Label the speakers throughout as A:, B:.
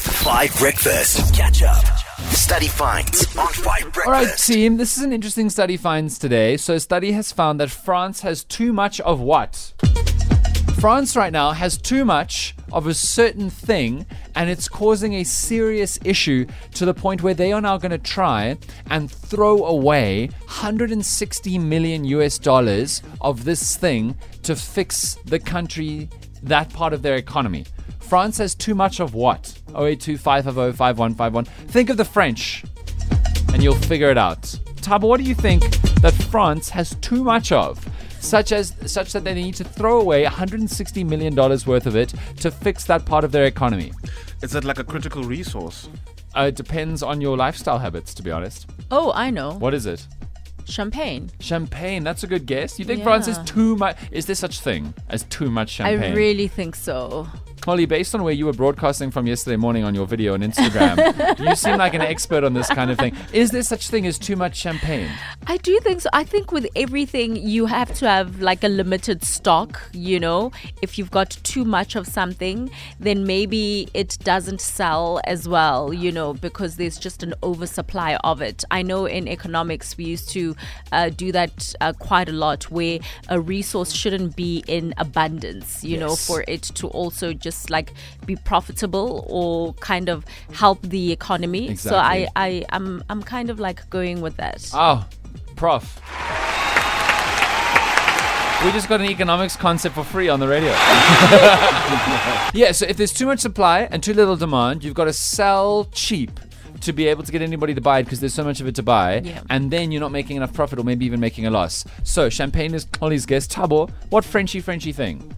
A: Five Breakfast. Catch up. Study finds on Five Breakfast.
B: All right, team, this is an interesting study finds today. So, a study has found that France has too much of what? France right now has too much of a certain thing, and it's causing a serious issue to the point where they are now going to try and throw away 160 million US dollars of this thing to fix the country, that part of their economy. France has too much of what? 082 550 5151. Think of the French and you'll figure it out. Tabo, what do you think that France has too much of? Such as such that they need to throw away 160 million dollars worth of it to fix that part of their economy.
C: Is that like a critical resource?
B: Uh, it depends on your lifestyle habits, to be honest.
D: Oh, I know.
B: What is it?
D: Champagne.
B: Champagne. That's a good guess. You think France is
D: Yeah.
B: too much? Is there such thing as too much champagne?
D: I really think so.
B: Molly, based on where you were broadcasting from yesterday morning on your video on Instagram, you seem like an expert on this kind of thing. Is there such thing as too much champagne?
D: I do think so. I think with everything, you have to have like a limited stock, you know? If you've got too much of something, then maybe it doesn't sell as well, you know, because there's just an oversupply of it. I know in economics, we used to uh, do that uh, quite a lot where a resource shouldn't be in abundance, you know,
B: Yes.
D: for it to also just like be profitable or kind of help the economy. So I,
B: Exactly.
D: I, I'm, I'm kind of like going with that.
B: Oh, prof. We just got an economics concept for free on the radio. yeah, so if there's too much supply and too little demand, you've got to sell cheap to be able to get anybody to buy it because there's so much of it to buy.
D: Yeah.
B: And then you're not making enough profit or maybe even making a loss. So, champagne is Ollie's guess. Tabo, what Frenchy Frenchy thing?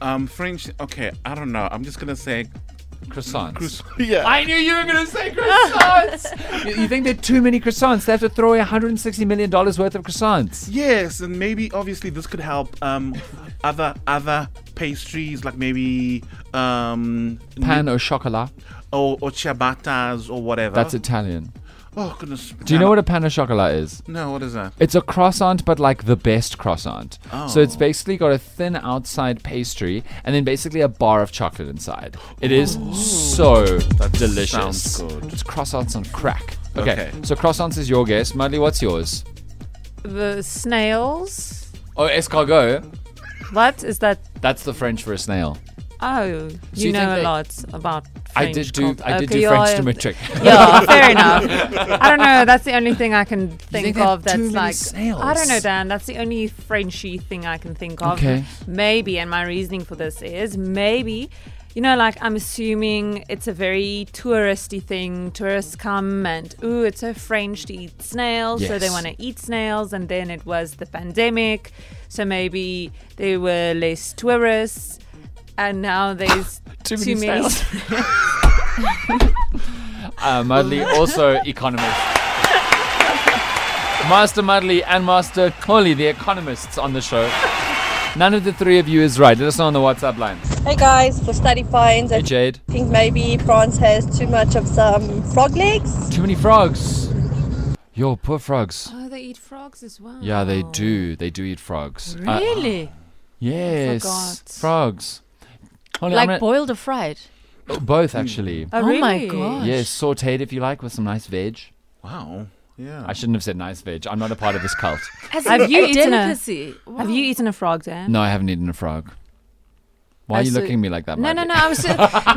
C: Um, French. Okay, I don't know. I'm just gonna say.
B: Croissants.
C: Crus- yeah.
B: I knew you were going to say croissants! you, you think there are too many croissants? They have to throw away $160 million worth of croissants.
C: yes, and maybe obviously this could help. Um, other other pastries like maybe um
B: Pan au chocolat.
C: or, or ciabattas or whatever.
B: That's Italian.
C: Oh goodness.
B: Do you know what a pan au chocolat is?
C: No, what is that?
B: It's a croissant, but like the best croissant. So
C: Oh.
B: it's basically got a thin outside pastry and then basically a bar of chocolate inside. It is so delicious.
C: sounds good.
B: It's croissants on crack. Okay,
C: Okay.
B: so croissants is your guess. Mudley, what's yours?
E: The snails.
B: Oh, escargot.
E: What is that?
B: That's the French for a snail.
E: Oh, you,
B: you
E: know
B: think
E: a
B: they-
E: lot about.
B: I
E: French
B: did do
E: cult-
B: I did
E: Okay,
B: do
E: you're
B: French
E: a-
B: to metric.
E: Yeah, fair enough. I don't know. That's the only thing I can think,
B: think they have
E: of.
B: too
E: That's
B: many
E: like
B: snails?
E: I don't know, Dan. That's the only Frenchy thing I can think of.
B: Okay.
E: Maybe, and my reasoning for this is maybe. You know, like I'm assuming it's a very touristy thing. Tourists come and ooh, it's so French to eat snails, so they
B: Yes.
E: want to eat snails. And then it was the pandemic, so maybe there were less tourists, and now there's
B: Too
E: too,
B: many
E: many.
B: snails. Uh, Mudley, also economist. Master Mudley and Master Coley, the economists on the show. None of the three of you is right. Let us know on the WhatsApp line.
F: Hey guys, for study finds,
B: Hey,
F: I
B: Jade.
F: think maybe France has too much of some frog legs.
B: Too many frogs. Yo, poor frogs.
E: Oh, they eat frogs as well.
B: Yeah, they do. They do eat frogs. Uh,
D: Really?
B: yes.
E: Forgot.
B: Frogs. Coley,
D: like
B: I'm gonna-
D: boiled or fried?
B: both, actually.
E: Oh,
D: Oh my
E: really?
D: God.
B: Yes, sauteed if you like with some nice veg.
C: Wow. Yeah.
B: I shouldn't have said nice veg. I'm not a part of this cult.
D: As
E: Have
D: a
E: you eaten a-
D: delicacy?
E: Have you eaten a frog, Dan?
B: No, I haven't eaten a frog. Why are
E: Oh,
B: you
E: so-
B: looking at me like that?
E: No, no,
B: Mudley?
E: no. I was just,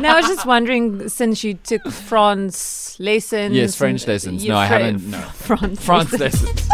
E: no, I was just wondering since you took France lessons.
B: Yes, French
E: and-
B: lessons.
E: yeah,
B: No, I
E: Fre-
B: haven't, no.
E: France.
B: France
E: lessons.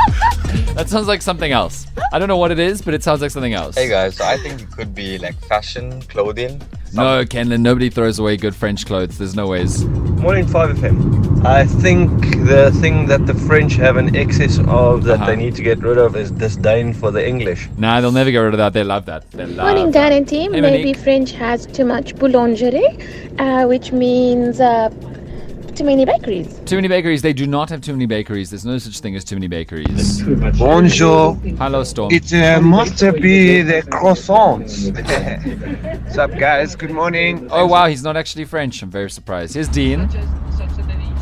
B: lessons. that sounds like something else. I don't know what it is, but it sounds like something else.
G: Hey guys, so I think it could be like fashion, clothing.
B: No, Kenlin, nobody throws away good French clothes. There's no ways.
H: Morning 5FM. I think the thing that the French have an excess of that
B: Uh-huh.
H: they need to get rid of is disdain for the English.
B: Nah, they'll never get rid of that. They love that. They love
I: Morning,
B: that.
I: Dan and team.
B: Uh, Hey,
I: Maybe
B: Monique.
I: French has too much boulangerie, uh, which means uh, too many bakeries.
B: Too many bakeries. They do not have too many bakeries. There's no such thing as too many bakeries.
H: Bonjour.
B: Hello, Storm.
H: It uh, must be the croissants. What's up, guys? Good morning.
B: oh, wow, he's not actually French. I'm very surprised. Here's Dean.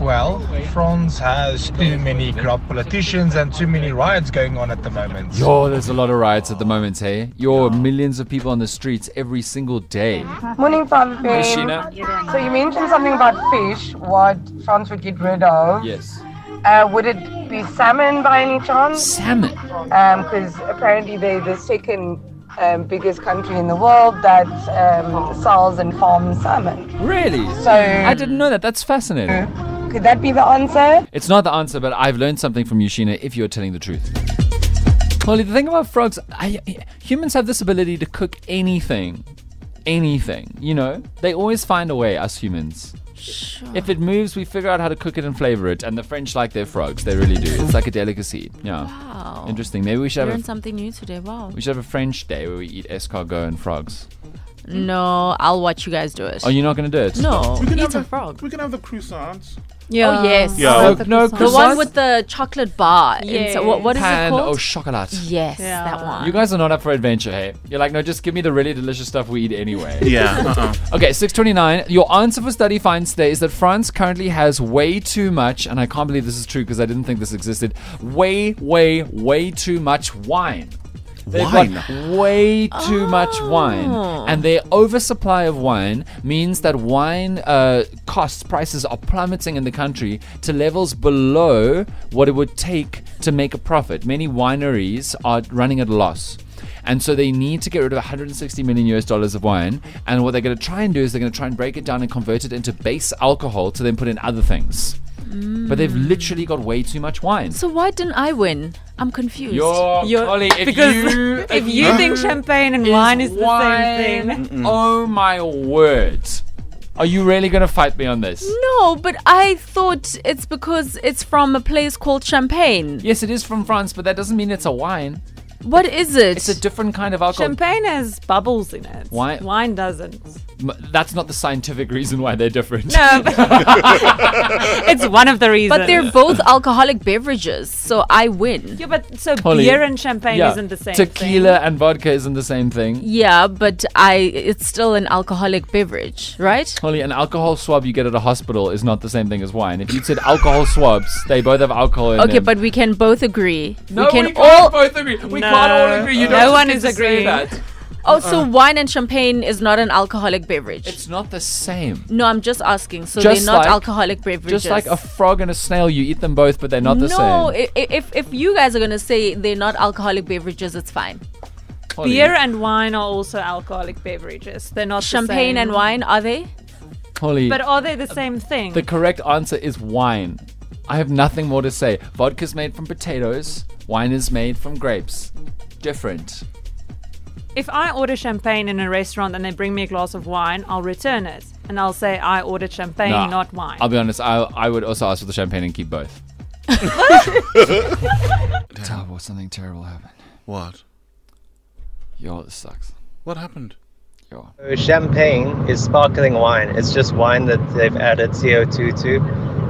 H: well, France has too many corrupt politicians and too many riots going on at the moment.
B: Yo, there's a lot of riots at the moment, hey? Yo, millions of people on the streets every single day.
J: Morning, Tom
B: Hey,
J: Fame.
B: Sheena?
J: So you mentioned something about fish, what France would get rid of.
B: Yes.
J: Uh, would it be salmon by any chance?
B: Salmon.
J: Because apparently they're the second um, biggest country in the world that um, sells and farms salmon.
B: Really?
J: So-
B: I didn't know that. That's fascinating.
J: Could that be the answer?
B: It's not the answer, but I've learned something from you, Sheena, if you're telling the truth. Holly, the thing about frogs, I, humans have this ability to cook anything. Anything. You know? They always find a way, us humans. If it moves, we figure out how to cook it and flavor it. And the French like their frogs. They really do. It's like a delicacy. Yeah.
D: Wow.
B: Interesting. Maybe we should have a
D: Learned something new today. Wow.
B: We should have a French day where we eat escargot and frogs.
D: Mm. No, I'll watch you guys do it.
B: Oh, you're not going to do it?
D: no,
C: We can
D: eat
C: have
D: a
C: the
D: frog.
C: We can have the croissants.
E: Yeah.
D: Oh, yes.
C: Yeah.
B: No,
E: That's
B: no
E: the
D: The
E: croissant.
D: one
B: croissants,
D: with the chocolate bar.
E: Yes.
D: inside. What, what is it
B: pan au
D: called?
B: chocolat.
D: yes,
E: Yeah.
D: that one.
B: You guys are not up for adventure, hey? You're like, no, just give me the really delicious stuff we eat anyway.
C: Yeah. Uh-uh.
B: okay, 629. Your answer for study finds today is that France currently has way too much, and I can't believe this is true because I didn't think this existed. Way, way, way too much wine. They've got way too much wine,
E: Oh.
B: and their oversupply of wine means that wine uh, costs prices are plummeting in the country to levels below what it would take to make a profit. Many wineries are running at a loss. And so they need to get rid of 160 million US dollars of wine. And what they're going to try and do is they're going to try and break it down and convert it into base alcohol to then put in other things. But they've literally got way too much wine.
D: so why didn't I win? I'm confused.
B: Yo,
E: You're-
B: Ollie, if
E: because
B: you
E: if you think champagne and wine is the same thing.
B: thing. Oh my word! Are you really gonna fight me on this?
D: no, but I thought it's because it's from a place called Champagne.
B: Yes, it is from France, but that doesn't mean it's a wine.
D: What is it?
B: It's a different kind of alcohol.
E: Champagne has bubbles in it.
B: Why-
E: Wine doesn't.
B: M- That's not the scientific reason why they're different.
E: No, but it's one of the reasons.
D: but they're both alcoholic beverages, so I win.
E: yeah, but so
B: Holly,
E: beer and champagne
B: Yeah,
E: isn't the same.
B: Tequila and vodka isn't the same thing.
D: Yeah, but I it's still an alcoholic beverage, right?
B: Holly, an alcohol swab you get at a hospital is not the same thing as wine. If you said alcohol swabs, they both have alcohol in
D: Okay,
B: them.
D: but we can both agree.
B: no,
D: we can
B: can't
D: all.
B: both agree. We
E: No.
B: can't all agree. You
E: No
B: don't just
E: one
B: get
E: is
B: to say
E: agreeing.
B: that.
D: Oh, so wine and champagne is not an alcoholic beverage.
B: Uh-huh. It's not the same.
D: no, I'm just asking. So
B: Just
D: they're not
B: like-
D: alcoholic beverages.
B: Just like a frog and a snail, you eat them both, but they're not the same.
D: no, i- i- if if you guys are gonna say they're not alcoholic beverages, it's fine.
B: Holly.
E: Beer and wine are also alcoholic beverages. They're not the
D: Champagne
E: same.
D: and wine are they?
B: Holly,
E: But are they the same thing?
B: the correct answer is wine. I have nothing more to say. Vodka's made from potatoes, wine is made from grapes. Different.
E: if I order champagne in a restaurant and they bring me a glass of wine, I'll return it and I'll say I ordered champagne,
B: Nah,
E: not wine.
B: I'll be honest, I, I would also ask for the champagne and keep both. Terrible, something terrible happened.
C: What?
B: Yo, this sucks.
C: What happened?
B: Yo.
H: Champagne is sparkling wine. It's just wine that they've added CO2 to.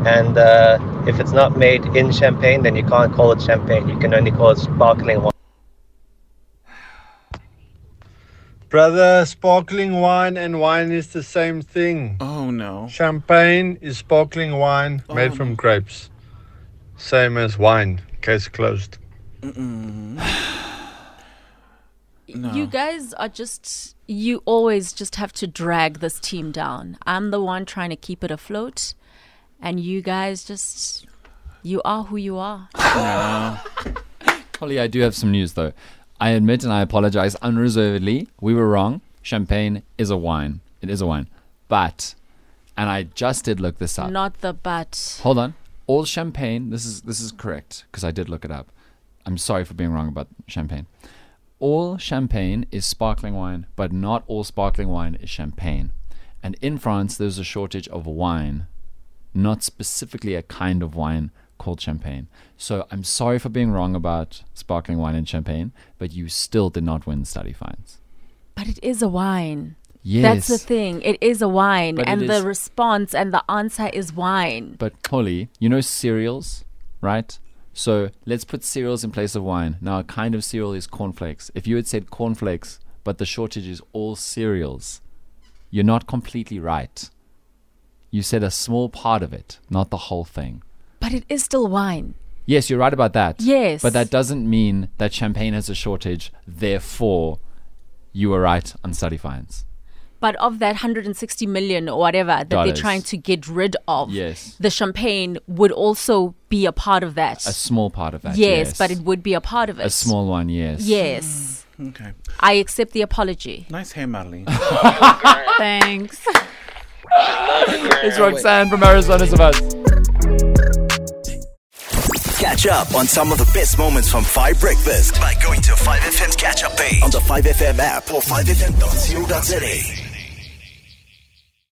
H: And uh, if it's not made in champagne, then you can't call it champagne. You can only call it sparkling wine.
K: Brother, sparkling wine and wine is the same thing.
C: Oh no.
K: Champagne is sparkling wine made from grapes. Same as wine. Case closed.
D: You guys are just you always just have to drag this team down. I'm the one trying to keep it afloat, and you guys just you are who you are.
B: Holly, I do have some news though. I admit and I apologize unreservedly. We were wrong. Champagne is a wine. It is a wine. But, and I just did look this up.
D: Not the but.
B: Hold on. All champagne. This is this is correct because I did look it up. I'm sorry for being wrong about champagne. All champagne is sparkling wine, but not all sparkling wine is champagne. And in France, there's a shortage of wine, not specifically a kind of wine called champagne. So I'm sorry for being wrong about sparkling wine and champagne, but you still did not win study finds.
D: But it is a wine.
B: Yes.
D: That's the thing. It is a wine,
B: But
D: and
B: it
D: the
B: is-
D: response and the answer is wine.
B: But Holly, you know cereals, right? So let's put cereals in place of wine. Now, a kind of cereal is cornflakes. If you had said cornflakes, but the shortage is all cereals, you're not completely right. You said a small part of it, not the whole thing.
D: But it is still wine.
B: Yes, you're right about that.
D: Yes.
B: But that doesn't mean that champagne has a shortage. Therefore, you were right on study finds.
D: But of that 160 million or whatever that
B: Dollars.
D: they're trying to get rid of,
B: Yes.
D: the champagne would also be a part of that.
B: A small part of that.
D: yes,
B: Yes,
D: but it would be a part of it.
B: A small one, yes.
D: Yes.
C: Okay.
D: I accept the apology.
C: Nice hair, Marlene.
E: Thanks.
B: It's Roxanne from Arizona's about.
A: Catch up on some of the best moments from 5 Breakfast by going to 5FM's catch up page on the 5FM app or 5FM.co.za.